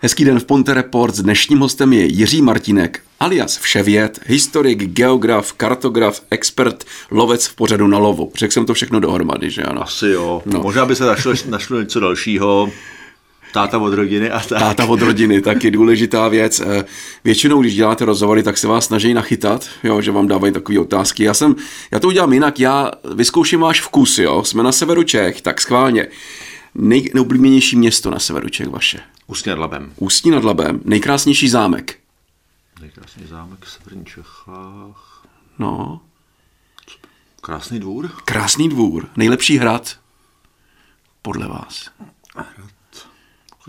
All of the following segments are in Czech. Hezký den v Ponte Report. S dnešním hostem je Jiří Martínek, alias Vševěd, historik, geograf, kartograf, expert, lovec v pořadu na lovu. Řekl jsem to všechno dohromady, že ano? Asi jo. No. Možná by se našlo, našlo něco dalšího. Táta od rodiny a tak. Táta od rodiny, taky důležitá věc. Eh, Většinou, když děláte rozhovory, tak se vás snaží nachytat, jo, že vám dávají takové otázky. Já, jsem, já to udělám jinak, já vyzkouším váš vkus, jo. Jsme na severu Čech, tak schválně. Nej, neoblíbenější město na severu Čech vaše? Ústí nad Labem. Ústí nad Labem, nejkrásnější zámek. Nejkrásný zámek v severních Čechách. No, Krásný dvůr. krásný dvůr, nejlepší hrad, podle vás.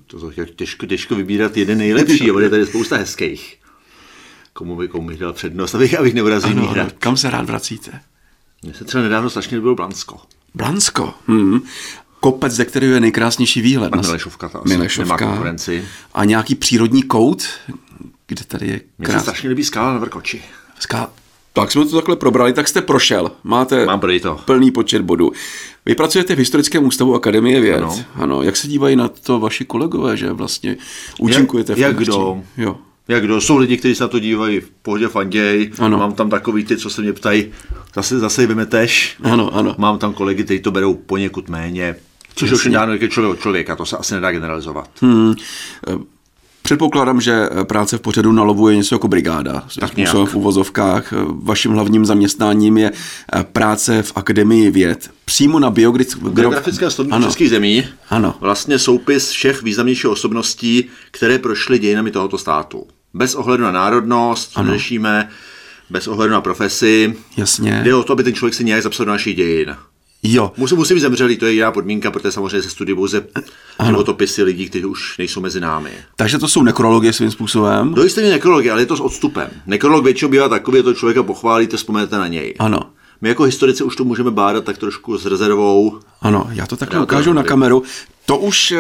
To je těžko, těžko vybírat jeden nejlepší, ale je tady spousta hezkých. Komu, by, komu bych dal přednost, abych, abych neurazil No, no, no. kam se rád vracíte? Mně se třeba nedávno strašně líbilo Blansko. Blansko. Hmm. Kopec, ze kterého je nejkrásnější výhled. A Na- Milešovka ta asi nemá konkurenci. A nějaký přírodní kout, kde tady je Mně se krás... strašně líbí skála na Vrkoči. Ská... Tak jsme to takhle probrali, tak jste prošel. Máte Mám prý to. plný počet bodů. Vy pracujete v Historickém ústavu Akademie věd. Ano. Ano. ano. Jak se dívají na to vaši kolegové, že vlastně účinkujete jak tom kdo? hnutí? Jo. Jak kdo, jsou lidi, kteří se na to dívají v pohodě fanděj, Ano. mám tam takový ty, co se mě ptají, zase, zase je vymeteš, Ano, ano. mám tam kolegy, kteří to berou poněkud méně, což už je dáno jak je člověk od člověka, to se asi nedá generalizovat. Hm. Hmm. Předpokládám, že eh, práce v pořadu na lovu je něco jako brigáda. Tak nějak. v uvozovkách. eh, Vaším hlavním zaměstnáním je eh, práce v Akademii věd. Přímo na biograf... Geografické slovník Ano. českých zemí, Ano. vlastně soupis všech významnějších osobností, které prošly dějinami tohoto státu. Bez ohledu na národnost, co řešíme, bez ohledu na profesi, Jasně. jde o to, aby ten člověk se nějak zapsal do našich dějin. Jo. Musí, musí být zemřelý, to je jiná podmínka, protože samozřejmě se studují pouze životopisy lidí, kteří už nejsou mezi námi. Takže to jsou nekrologie svým způsobem. Do jisté míry nekrologie, ale je to s odstupem. Nekrolog většinou bývá takový, že to člověka pochválíte, vzpomenete na něj. Ano. My jako historici už to můžeme bádat tak trošku s rezervou. Ano, já to takhle Já to ukážu na dobrý. kameru. To už, eh,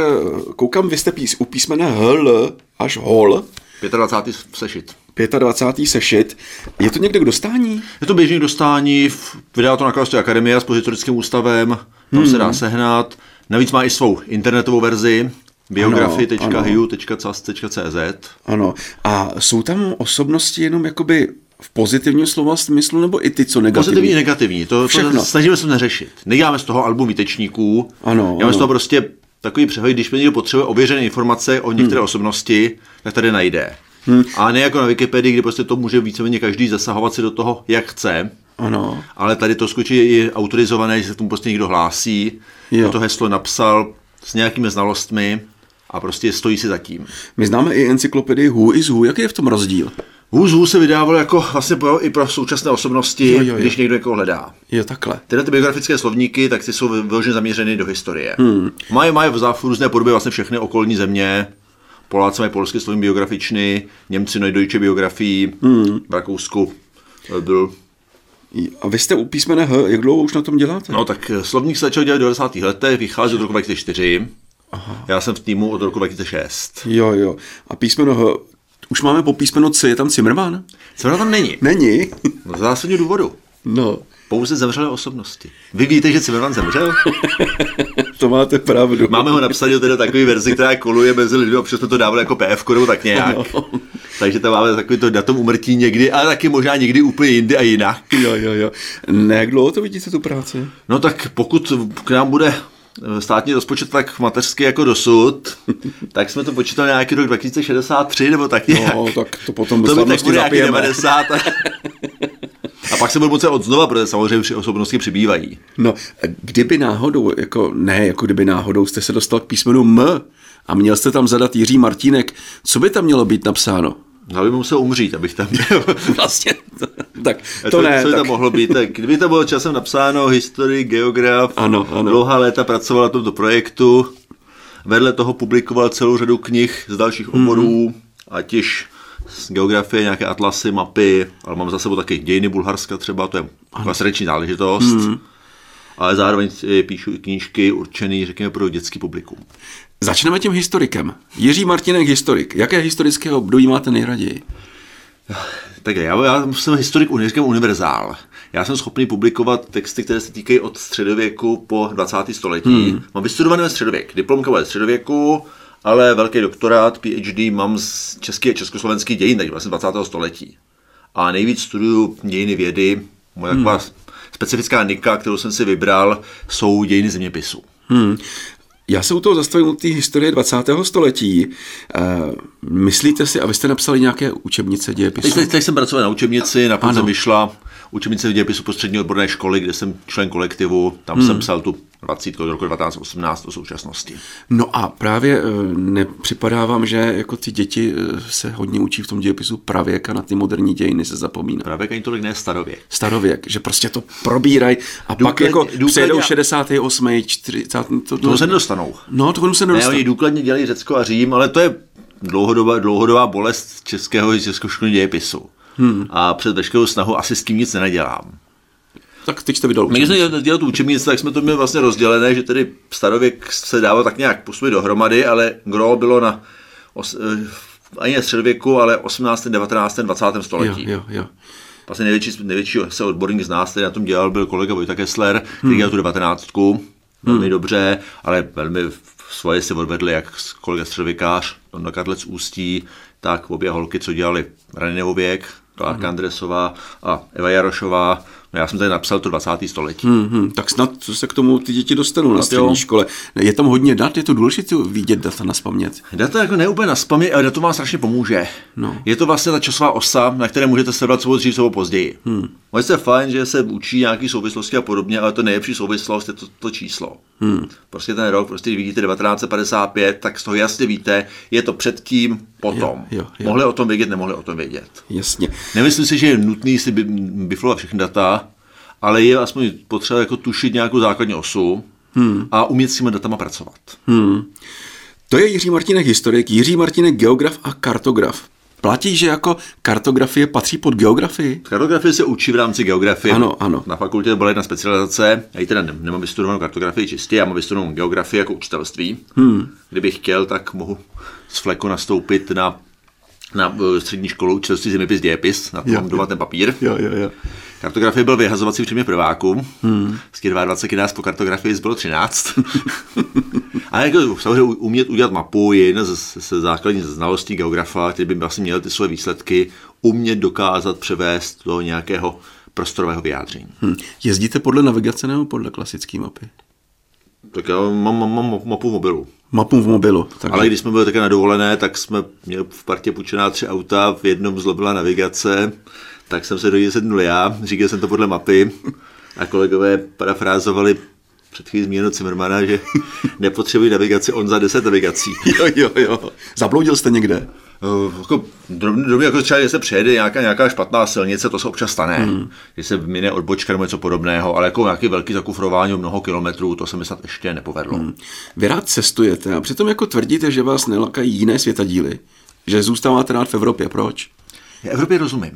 koukám, vy jste pís, u písmene HL až HOL, 25. sešit. 25. sešit. Je to někde k dostání? Je to běžný dostání, v- vydá to nakladatelství Akademie s historickým ústavem, tam hmm. se dá sehnat. Navíc má i svou internetovou verzi biografii.hiu.cas.cz. Ano. A jsou tam osobnosti jenom jakoby v pozitivním slova smyslu, nebo i ty, co negativní? Pozitivní, negativní. To, Všechno. to snažíme se neřešit. Neděláme z toho album výtečníků. Ano, Děláme ano. z toho prostě takový přehled, když někdo potřebuje ověřené informace o některé osobnosti, tak tady najde. Hmm. A ne jako na Wikipedii, kde prostě to může víceméně každý zasahovat si do toho, jak chce. Ano. Ale tady to skutečně je autorizované, že se k tomu prostě někdo hlásí, Jo. kdo to heslo napsal s nějakými znalostmi a prostě stojí si za tím. My známe i encyklopedii Who is Who. Jaký je v tom rozdíl? Who's Who se vydávalo jako vlastně pro, i pro současné osobnosti, Jo, jo, jo. když někdo jako hledá. Je takhle. Tyhle ty biografické slovníky, tak ty jsou vy- vyloženě zaměřeny do historie. Hmm. Mají, mají v záfu různé podoby vlastně všechny okolní země. Poláci mají polský slovní biografičny, Němci nejdojče biografii, hmm. v Rakousku eh, byl. A vy jste u písmene H, jak dlouho už na tom děláte? No tak eh, slovník se začal dělat v 90. letech, vychází od roku 2004. Aha. Já jsem v týmu od roku 2006. Jo, jo. A písmeno H, už máme po písmeno C, je tam Cimrman? Co na tam není? Není. No, z zásadního důvodu. No, Pouze zemřelé osobnosti. Vy víte, že Cimerman zemřel? to máte pravdu. Máme ho napsaný teda takový verzi, která koluje mezi lidmi, a protože jsme to dávali jako PF nebo tak nějak. Takže tam máme takový to datum umrtí někdy, ale taky možná někdy úplně jindy a jinak. Jo, jo, jo. Ne, jak dlouho to vidíte tu práci? No tak pokud k nám bude eh, státní rozpočet tak mateřský jako dosud, tak jsme to počítali nějaký rok 2063 nebo tak nějak. No, tak to potom do to by tak slavnosti bude nějaký zapijeme. 90. A... a pak se budou moci odznova, protože samozřejmě při osobnosti přibývají. No, kdyby náhodou, jako ne, jako kdyby náhodou jste se dostal k písmenu M a měl jste tam zadat Jiří Martínek, co by tam mělo být napsáno? No, by musel umřít, abych tam byl. Vlastně, tak to, A co, ne. co by tak, tam mohlo být? Tak, kdyby to bylo časem napsáno, historik, geograf, Ano, ano. dlouhá léta pracoval na tomto projektu, vedle toho publikoval celou řadu knih z dalších Mhm. oborů, ať již z geografie, nějaké atlasy, mapy, ale mám za sebou taky dějiny Bulharska třeba, to je klasreční záležitost. Mhm. Ale zároveň i píšu i knížky určené, řekněme, pro dětský publikum. Začneme tím historikem. Jiří Martínek, historik. Jaké historické období máte nejraději? Tak já, já jsem historik uni- říkám univerzál. Já jsem schopný publikovat texty, které se týkají od středověku po 20. století. Hmm. Mám vystudované středověk, diplomka ve středověku ale velký doktorát, PhD mám z český a československý dějin, takže vlastně 20. století. A nejvíc studuju dějiny vědy, moje hmm. taková specifická nika, kterou jsem si vybral, jsou dějiny zeměpisu. Hmm. Já se u toho zastavím u té historie 20. století. E, myslíte si, a vy jste napsali nějaké učebnice Teď, dějepisu? teď, teď jsem pracoval na učebnici, na Ano. jsem vyšla učebnice v dějepisu postřední odborné školy, kde jsem člen kolektivu, tam hmm. jsem psal tu 20. od roku 1918 do současnosti. No a právě e, nepřipadá vám, že jako ty děti e, se hodně učí v tom dějepisu pravěka na ty moderní dějiny se zapomíná. Právě ani tolik ne starověk. Starověk, že prostě to probírají a pak Důkladně- jako důkladně- přejedou 68, 40, to, To se nedostanou. No, to se vlastně- Ne, nedostane. oni důkladně dělají Řecko a Řím, ale to je dlouhodobá, dlouhodobá bolest českého i českoškolního dějepisu. Hmm. A před veškerou snahu asi s tím nic nenadělám. Tak teď jste vydal My když jsme dělali- dělali tu učebnici, tak jsme to měli vlastně rozdělené, že tedy starověk se dával tak nějak posuvit dohromady, ale gro bylo na os, eh, ani ne středověku, ale 18., 19., 20. Jo, století. jo, jo. Vlastně největší, největší se odborník z nás, který na tom dělal, byl kolega Vojta Kessler, který Hmm. dělal tu 19. velmi dobře, ale velmi v- svoje si odvedli, jak s- kolega středověkář, Tonda Karlec Ústí, tak obě holky, co dělali Raninevo věk, Klárka Hmm. Andresová a Eva Jarošová. No já jsem tady napsal to 20. století. Mm-hmm, tak snad se k tomu ty děti dostanou na střední jo. škole. Je tam hodně dat, je to důležité vidět data na spamět. Data jako ne úplně na spamě, ale dato vám strašně pomůže. No. Je to vlastně ta časová osa, na které můžete sledovat svou dřív, svou později. Hmm. Vlastně je fajn, že se učí nějaký souvislosti a podobně, ale to nejlepší souvislost je to, to číslo. Hmm. Prostě ten rok, prostě když vidíte 1955, tak z toho jasně víte, je to předtím, potom. Jo, jo, jo. Mohli o tom vědět, nemohli o tom vědět. Jasně. Nemyslím si, že je nutný si by- biflovat všechny data, ale je aspoň potřeba jako tušit nějakou základní osu hmm. a umět s těmi datama pracovat. To je Jiří Martinek historik, Jiří Martinek geograf a kartograf. Platí, že jako kartografie patří pod geografii? Kartografie se učí v rámci geografie. Ano, ano. Na fakultě byla jedna specializace, já ji teda nem- nemám vystudovanou kartografii čistě, já mám vystudovanou geografii jako učitelství. Hmm. Kdybych chtěl, tak mohu z fleku nastoupit na, na eh, střední školu učitelství zemepis dějepis, na to mám doma ten papír. Jo, jo, jo. Kartografie byl vyhazovací předmět prváků. Hmm. Z těch 22 nás po kartografii zbylo 13. A jako samozřejmě u- umět udělat mapu je jedna ze, ze základních znalostí geografa, který by vlastně měl ty své výsledky umět dokázat převést do nějakého prostorového vyjádření. Hmm. Hm. Jezdíte podle navigace nebo podle klasické mapy? Tak já mám, mám, mám mapu v mobilu. Mapu v mobilu. Takže... Ale když jsme byli také na dovolené, tak jsme měli v partě půjčená tři auta, v jednom zlobila navigace, tak jsem se do ní sednul já, říkal jsem to podle mapy a kolegové parafrázovali před chvílí zmíněno Cimrmana, že nepotřebují navigaci, on za 10 navigací. Jo, jo, jo. Zabloudil jste někde? Eh, jako, drobně, drobně jako třeba, že se přejede nějaká, nějaká špatná silnice, to se občas stane, hmm. že se mine odbočka nebo něco podobného, ale jako nějaký velký zakufrování o mnoho kilometrů, to se mi snad ještě nepovedlo. Hmm. Vy rád cestujete a přitom jako tvrdíte, že vás nelakají jiné světadíly. Že zůstáváte rád v Evropě. Proč? Já Evropě rozumím.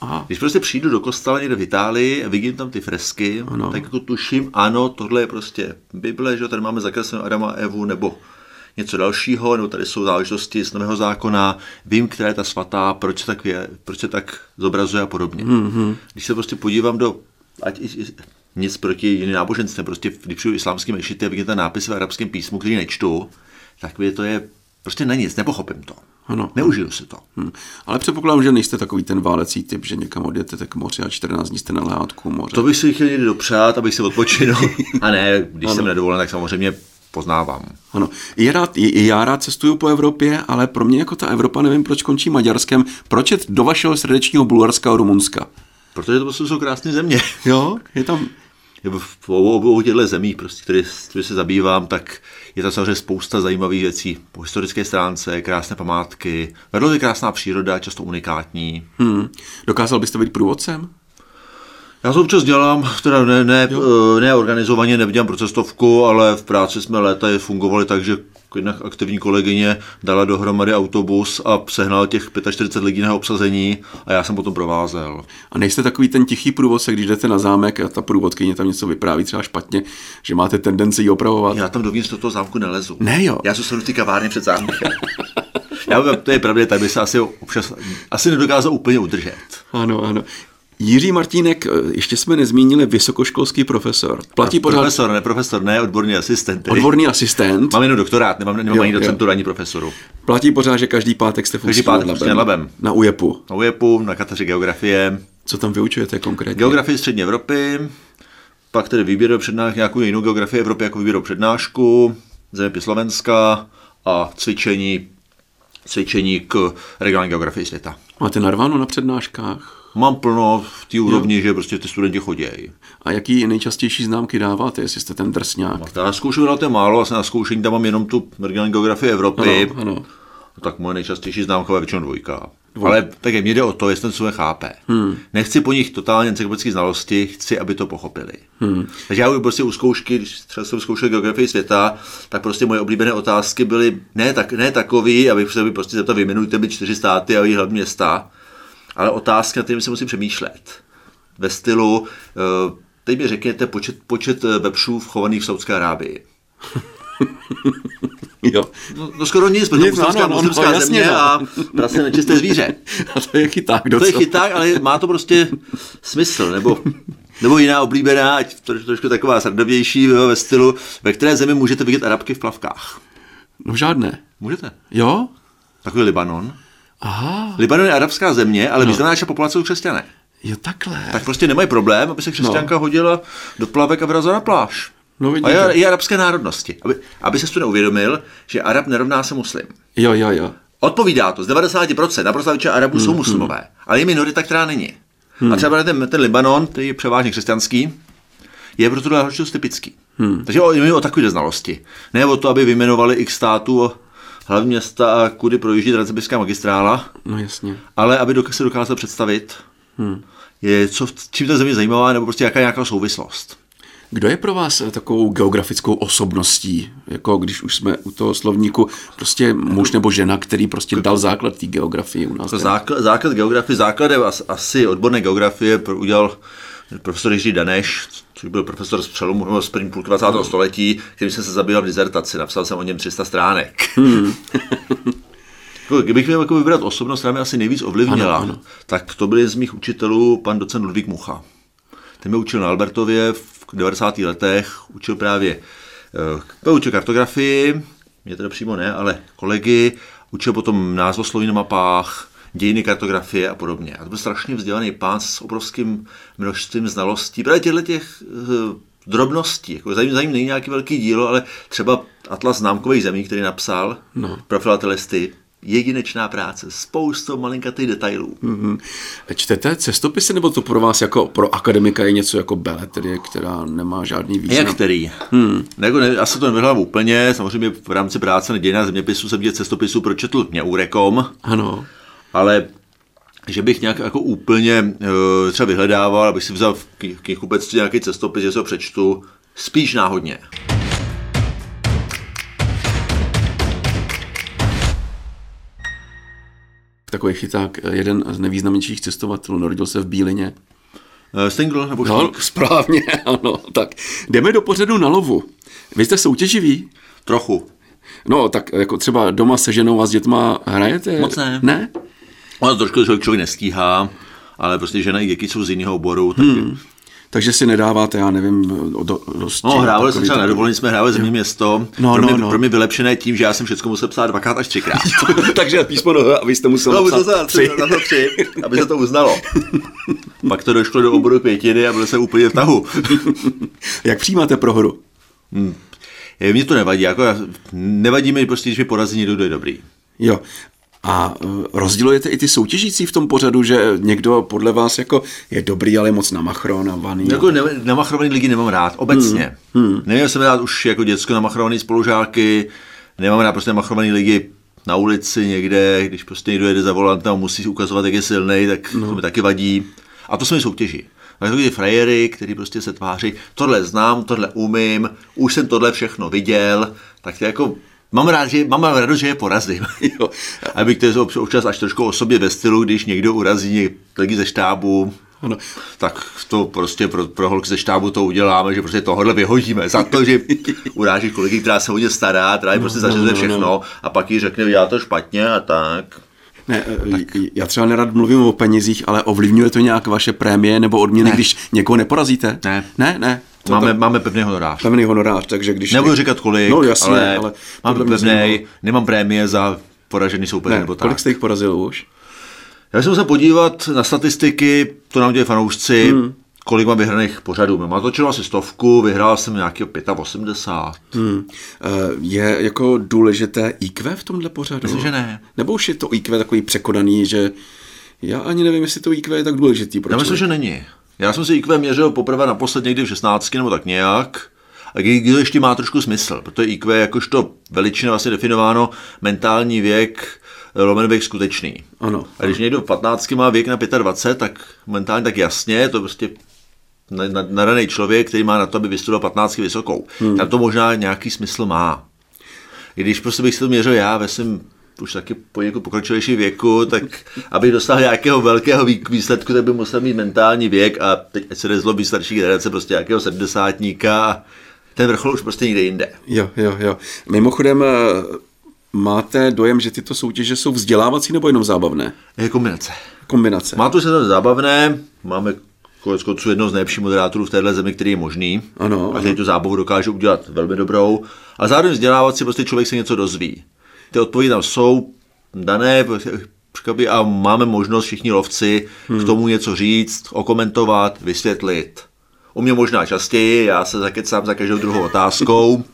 Aha. Když prostě přijdu do kostela někde v Itálii a vidím tam ty fresky, Ano. ano. tak jako tuším, ano, tohle je prostě Bible, že jo, tady máme zakreslenou Adama a Evu, nebo něco dalšího, nebo tady jsou záležitosti z Nového zákona, vím, která je ta svatá, proč se tak, je, proč se tak zobrazuje a podobně. Mm-hmm. Když se prostě podívám do, ať i, i, nic proti jiným náboženstvím, prostě když přijdu islámským mešity a vidím ten nápis v arabském písmu, který nečtu, tak mi to je prostě na nic, nepochopím to. Ano. Neužiju si to. Hm. Ale předpokládám, že nejste takový ten válecí typ, že někam odjete k moři a 14 dní jste na lehátku moře. To bych si chtěl někdy dopřát, abych si odpočinul. A ne, když ano. jsem nedovolen, tak samozřejmě poznávám. Ano, je rád, i i já rád cestuju po Evropě, ale pro mě jako ta Evropa, nevím proč končí Maďarskem, proč jet do vašeho srdečního Bulharska a Rumunska? Protože to prostě jsou krásné země. Jo, je tam... V obou, obou těchto zemích, prostě, které, které se zabývám, tak je tam samozřejmě spousta zajímavých věcí. Po historické stránce, krásné památky, vedle je krásná příroda, často unikátní. Hm. Dokázal byste být průvodcem? Já to občas dělám, teda ne, ne, eh, ne organizovaně, nedělám pro cestovku, ale v práci jsme léta je fungovali tak, že jedna aktivní kolegyně dala dohromady autobus a sehnal těch 45 lidí na obsazení a já jsem potom provázel. A nejste takový ten tichý průvodce, když jdete na zámek a ta průvodkyně tam něco vypráví třeba špatně, že máte tendenci ji opravovat? Já tam dovnitř do toho zámku nelezu. Ne jo. Já zůstanu v té kavárně před zámkem. já, to je pravda, tady by se asi občas asi nedokázal úplně udržet. Ano, ano. Jiří Martínek, eh, ještě jsme nezmínili, vysokoškolský profesor. Platí pořád Profesor, ne profesor, ne odborný asistent. tedy. odborný asistent. Mám jenom doktorát, nemám, nemám Jo, ani jo. docenturu, ani profesoru. Platí pořád, že každý pátek jste v Každý Ústí pátek nad v Ústí nad Labem. Na UJEPu. Na UEPu, na katedře geografie, Co tam vyučujete konkrétně? Geografii střední Evropy, pak tedy výběrovou přednášku, nějakou jinou geografii Evropy jako výběrovou přednášku, zeměpis Slovenska a cvičení, cvičení k regionální geografii světa. Máte narváno na přednáškách? Mám plno v té úrovni, že prostě ty studenti chodějí. A jaký nejčastější známky dáváte, jestli jste ten drsňák? Tak na zkoušení na to je málo, vlastně na zkoušení tam mám jenom tu regionální geografii Evropy, Ano, ano. No tak moje nejčastější známka je většinou dvojka. Ale tak je, mě jde o to, jestli ten člověk chápe. Hmm. Nechci po nich totálně encyklopedické znalosti, chci, aby to pochopili. Hmm. Takže já už prostě u zkoušky, když třeba jsem zkoušel geografii světa, tak prostě moje oblíbené otázky byly ne, tak, ne takový, abych se by prostě zeptal, vyjmenujte mi čtyři státy a jejich hlavní města, ale otázky, na kterými se musím přemýšlet. Ve stylu, eh, teď mi řekněte počet, počet eh, vepřů chovaných v Saudské Arábii. Jo. No, no skoro nic, protože Nic, ano, muslimská, ano, muslimská jasně, země no. a prase nečisté zvíře. A to je chyták To docela. je chyták, ale má to prostě smysl, nebo, nebo jiná oblíbená, ať troš, trošku taková srdovější jo, ve stylu, ve které zemi můžete vidět arabky v plavkách. No žádné. Můžete. Jo? Takový Libanon. Aha, Libanon je arabská země, ale no. významná část populace jsou křesťané. jo takhle. Tak prostě nemají problém, aby se křesťanka no. hodila do plavek a vrazila na pláž. No a vidíte. je, je arabské národnosti. Aby, aby se tu neuvědomil, že Arab nerovná se muslim. Jo, jo, jo. Odpovídá to z 90%, naprostá většina Arabů jsou muslimové, ale je minorita, která není. A třeba ten, ten Libanon, který je převážně křesťanský, je pro tuhle záležitost typický. Takže o, je o takové znalosti. Ne o to, aby vyjmenovali x států, hlavní města, a kudy projíždí transsibírská magistrála, No jasně. ale aby doka- se dokázal představit, je, co, v- čím ta země zajímavá, nebo prostě jaká je nějaká souvislost. Kdo je pro vás eh, takovou geografickou osobností? Jako když už jsme u toho slovníku, prostě muž nebo žena, který prostě dal základ té geografii u nás. To základ, základ geografie, základem as, asi odborné geografie pro- udělal profesor Jiří Daneš, což byl profesor z přelomu nebo z první půlky 20. století, který jsem se zabýval v dizertaci, napsal jsem o něm 300 stránek. Jako, Kdybych měl jako vybrat osobnost, která mě asi nejvíc ovlivnila, Ano, ano, ano. tak to byl jeden z mých učitelů, pan docent Ludvík Mucha. Ten mě učil na Albertově v 90. letech, učil právě eh, učil kartografii, mě teda přímo ne, ale kolegy, učil potom názvosloví na mapách, dějiny kartografie a podobně. A to byl strašně vzdělaný pán s obrovským množstvím znalostí, právě těchto těch eh, drobností. Jako za, ním, za ním není nějaký velký dílo, ale třeba Atlas známkových zemí, který napsal no. pro filatelisty, jedinečná práce, spoustu malinkatých detailů. Hmm. Čtete cestopisy, nebo to pro vás jako pro akademika je něco jako beletrie, která nemá žádný význam? Jak který? Hmm. Jako ne, asi to nevyhrám úplně, samozřejmě v rámci práce na dějinách zeměpisu jsem těch cestopisů pročetl neúrekom, Ano. ale že bych nějak jako úplně eh, třeba vyhledával, abych si vzal v kni- v knihkupectví nějaký cestopis, že se ho přečtu, spíš náhodně. Takový chyták, eh, jeden z nejvýznamnějších cestovatelů, narodil se v Bílině. Eh, Stengl nebo Štík? No, správně, ano. Tak jdeme do pořadu na lovu. Vy jste soutěživí? Trochu. No, tak jako třeba doma se ženou a s dětma hrajete? Moc ne. Ne? Ono trošku člověk, člověk nestíhá, ale prostě žena i děti jsou z jiného oboru, tak hmm. Takže si nedáváte, já nevím, do, dost. No, hrávali jsme takový třeba na takový- dovolení, jsme hráli zemní město. No, pro, mě, no, no. pro mě vylepšené tím, že já jsem všechno musel psát dvakrát až třikrát. Takže písmeno H, a vy jste musel no, napsat musel jsem na tři. tři, na to tři, aby se to uznalo. Pak to došlo do oboru květiny a byl jsem úplně v tahu. Jak přijímáte prohru? Eh, Mně to nevadí, jako já, nevadí mi prostě, když mi porazí někdo, kdo je dobrý. Jo. A eh, rozdělujete i ty soutěžící v tom pořadu, že někdo podle vás jako je dobrý, ale je moc na machron a vaný. a- Jako ne, namachrovaný lidi nemám rád, obecně. Hmm. Hmm. Neměl jsem rád už jako děcko namachrovaný spolužáky, nemám rád prostě namachrovaný lidi na ulici někde, když prostě někdo jede za volantem a musí ukazovat, jak je silný, tak no. to mi taky vadí. A to jsou mi soutěži. Tak ty frajery, který prostě se tváří, tohle znám, tohle umím, už jsem tohle všechno viděl, tak to jako Mám rád, že, mám radost, že je porazím. Jo. Aby to je obč- občas až trošku o sobě ve stylu, když někdo urazí něk- lidi ze štábu, Ano. tak to prostě pro, pro holky ze štábu to uděláme, že prostě tohle vyhodíme za to, že uráží kolegy, která se hodně stará, která je prostě zařizuje no, no. všechno a pak jí řekne, já to špatně a tak. Ne, tak. já třeba nerad mluvím o penězích, ale ovlivňuje to nějak vaše prémie nebo odměny, ne. když někoho neporazíte? Ne. Ne, ne. To máme, to... máme pevný honorář. Pevný honorář, takže když... Nebudu říkat kolik, no, jasně, ale, ale mám tohle mě pevný, zajímalo. nemám prémie za poražený soupeř no. Ne, nebo tak. kolik jste jich porazil už? Já jsem se podívat na statistiky, to nám dělají fanoušci, hmm. kolik mám vyhraných pořadů. Mám natočil asi stovku, vyhrál jsem nějakého 85. Hmm. Hm. Eh, Je jako důležité IQ v tomhle pořadu? Myslím, že ne. Nebo už je to IQ takový překonaný, že já ani nevím, jestli to IQ je tak důležitý. Pro Já myslím, člověka. že není. Já jsem si IQ měřil poprvé naposled někdy v 16 nebo tak nějak. A IQ ještě má trošku smysl, protože IQ je jakožto veličina vlastně definováno mentální věk, eh, lomen věk skutečný. Ano. A když někdo v 15 má věk na 25, tak mentálně tak jasně, je to prostě na- na- nadaný člověk, který má na to, aby vystudoval 15 vysokou. Hmm. Tam to možná nějaký smysl má. I když prostě bych si to měřil já ve svém už taky poněkud pokročilejší věku, tak abych dosáhl nějakého velkého vý- výsledku, tak by musel mít mentální věk a teď ať se nezlobí starší generace, prostě nějakého sedmdesátníka, ten vrchol už prostě někde jinde. Jo, jo, jo. Mimochodem, eh, máte dojem, že tyto soutěže jsou vzdělávací nebo jenom zábavné? Je kombinace. Kombinace. Má to se tam zábavné, máme konec konců jednoho z nejlepších moderátorů v téhle zemi, který je možný. Ano, A který tu zábavu dokáže udělat velmi dobrou. A zároveň vzdělávat si prostě člověk se něco dozví. Ty odpovědi tam jsou dané, překvapí, a máme možnost všichni lovci hmm. k tomu něco říct, okomentovat, vysvětlit. U mě možná častěji, já se zakecám za každou druhou otázkou,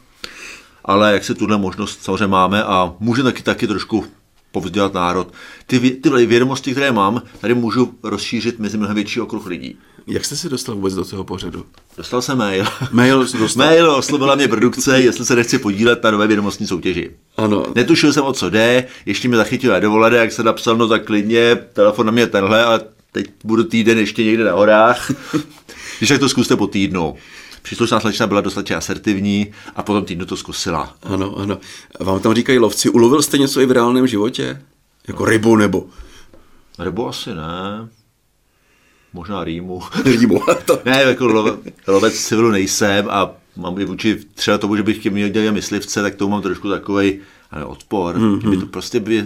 ale jak si tuhle možnost samozřejmě máme a může taky, taky trošku povzdělat národ. Ty, vě- tyhle vědomosti, které mám, tady můžu rozšířit mezi mnohem větší okruh lidí. Jak jste se dostal vůbec do toho pořadu? Dostal jsem mail. Mail jste dostal. Mail oslovila mě produkce, jestli se nechci podílet na nové vědomostní soutěži. Ano. Netušil jsem, o co jde, ještě mě zachytil na dovolené, jak se napsal, no tak klidně, telefon na mě tenhle a teď budu týden ještě někde na horách. Když tak to zkuste po týdnu. Příslušná slečna byla dostatečně asertivní a potom týdnu to zkusila. Ano, ano. Vám tam říkají lovci, ulovil jste něco i v reálném životě? Jako rybu nebo Nebo asi ne. Možná rýmu. rybu. To- Ne, jako love, lovec v civilu nejsem a mám i vůči třeba tomu, že bych tě měl dělat myslivce, tak tomu mám trošku takový ale odpor. Mm-hmm. Že by to prostě by,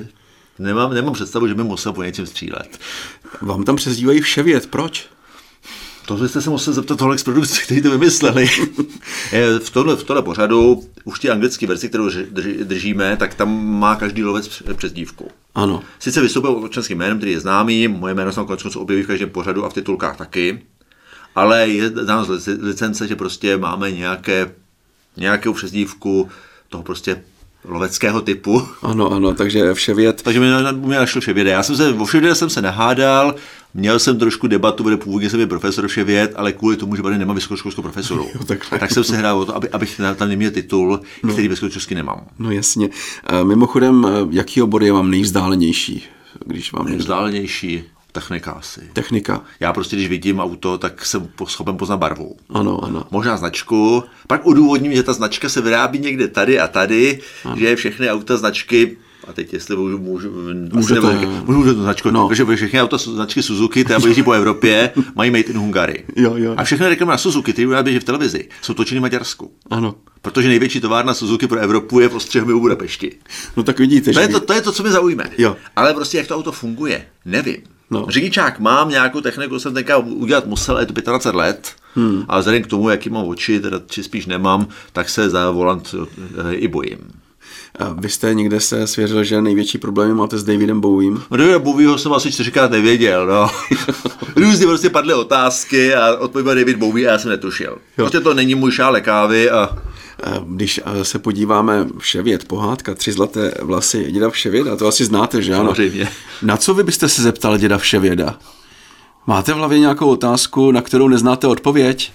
nemám, nemám představu, že by musel po něčem střílet. Vám tam přezdívají vševěd, proč? To byste se musel zeptat tohle z produkce, který to vymysleli. Eh, v, tohle, v tohle pořadu, už ty anglické verzi, kterou ři- drži- držíme, tak tam má každý lovec př- přezdívku. Ano. Sice vystoupil pod občanským jménem, který je známý, moje jméno se konec konců objeví v každém pořadu a v titulkách taky, ale je dáno z lic- licence, že prostě máme nějaké, nějakou přezdívku toho prostě loveckého typu. Ano, ano, takže vševěd. Takže mi na- mě našlo Ševěde. Já jsem se, o Ševěde jsem se nahádal, měl jsem trošku debatu, bude původně jsem byl profesor Ševěd, ale kvůli tomu, že tady nemám vysokoškolskou profesoru, Jo, takhle. tak jsem se hrál o to, aby, abych na- tam neměl titul, který vysokoškolsky nemám. No jasně. E, Mimochodem, e, jaký obor je vám nejvzdálenější, když vám někdo... Vzdálenější technika asi. Technika. Já prostě, když vidím auto, tak jsem po- schopen poznat barvu. Ano, ano. Možná značku, pak odůvodním, že ta značka se vyrábí někde tady a tady, ano. Hm. že všechny auta značky a teď jestli můžu, můžu, můžu, Můžete. nebo, můžu, můžu tu značku, No. no. protože všechny auta su- značky Suzuki, která jezdí po Evropě, mají made in Hungary. Jo, jo. A všechny reklamy na Suzuki, které u nás běží v televizi, jsou točeny v Maďarsku. Ano. Protože největší továrna Suzuki pro Evropu je v Ostřehově u Budapešti. No tak vidíte, To že... je to, to je to, co mě zaujme. Jo. Ale prostě jak to auto funguje, nevím. No. No. Řidičák mám, nějakou techniku jsem tenka udělat musel, je to 25 let. Hmm. A vzhledem k tomu, jaký mám oči, teda či spíš nemám, tak se za volant eh, i bojím. E, Vy jste někde se svěřil, že největší problémy máte s Davidem Bowiem. No Davida Bowieho jsem asi čtyřikrát nevěděl, no. Různě prostě padly otázky a odpověděl David Bowie a já jsem netušil. Prostě to není můj šále kávy a E, Když e, se podíváme vševěd, pohádka, tři zlaté vlasy, děda vševěda, to asi znáte, že ano? Samozřejmě. Na co vy byste se zeptal děda vševěda? Máte v hlavě nějakou otázku, na kterou neznáte odpověď?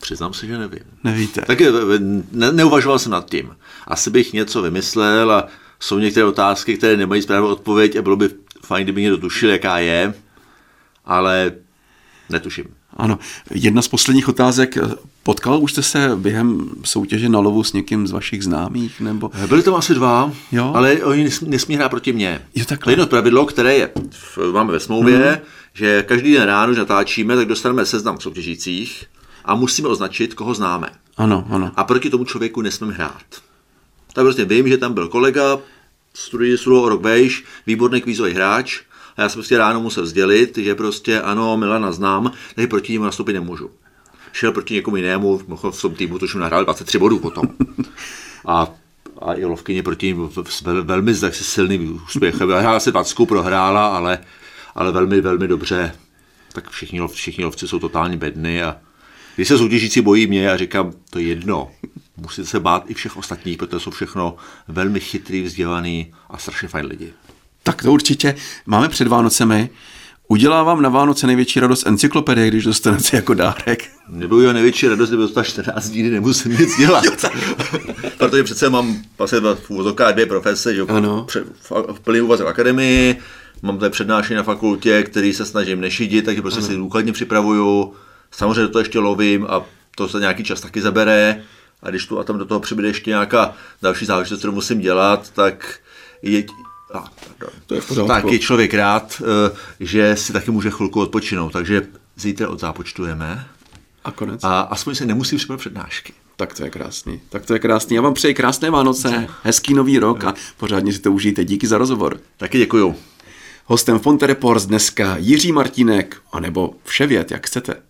přiznám se, že nevím. Nevíte. Tak je, eh, ne, neuvažoval jsem nad tím. Asi bych něco vymyslel a jsou některé otázky, které nemají správnou odpověď a bylo by fajn, kdyby někdo tušil, jaká je, ale netuším. Ano. Jedna z posledních otázek. e, Potkal už jste se během soutěže na lovu s někým z vašich známých? Nebo... Byly tam asi dva, Jo. ale oni nesmí, nesmí hrát proti mně. Jo, takhle. Mhm. To je jedno pravidlo, které je, v- máme ve smlouvě, mm. že každý den ráno, když natáčíme, tak dostaneme seznam soutěžících a musíme označit, koho známe. Ano, ano. a proti tomu člověku nesmím hrát. Tak prostě vím, že tam byl kolega, studii studoval o rok vejš, výborný kvízový hráč, a já jsem prostě ráno musel sdělit, že prostě ano, Milana znám, takže proti němu nastoupit nemůžu. Šel proti někomu jinému, v tom týmu, což mu nahrál 23 bodů potom. A a i lovkyně proti ním s vel, velmi si silným úspěchem. Hrála se Dacku, prohrála, ale, ale velmi, velmi dobře. Tak všichni, lov, všichni lovci jsou totální bedny a když se soutěžící bojí mě, a říkám, to je jedno. Musíte se bát i všech ostatních, protože jsou všechno velmi chytrý, vzdělaný a strašně fajn lidi. Tak to určitě. Máme před Vánocemi. Udělá vám na Vánoce největší radost encyklopedie, když dostanete jako dárek. Nebyl jeho největší radost, kdyby dostal 14 dní, nemusím nic dělat. Protože přece mám vlastně v úvozovkách dvě profese, že Ano. pře- v- v plný úvazek v akademii, mám tady přednášení na fakultě, který se snažím nešidit, takže prostě si důkladně připravuju. Samozřejmě do toho ještě lovím a to se nějaký čas taky zabere. A když tu a tam do toho přibude ještě nějaká další záležitost, kterou musím dělat, tak je, a, pardon. To je v pořádku. Tak je člověk rád, eh, že si taky může chvilku odpočinout. Takže zítra odzápočtujeme A konec. a aspoň se nemusí připravit přednášky. Tak to je krásný. Tak to je krásný. Já vám přeji krásné Vánoce, hezký nový rok a pořádně si to užijte. Díky za rozhovor. Taky děkuju. Hostem Fonte Reports dneska Jiří Martínek, anebo Vševěd, jak chcete.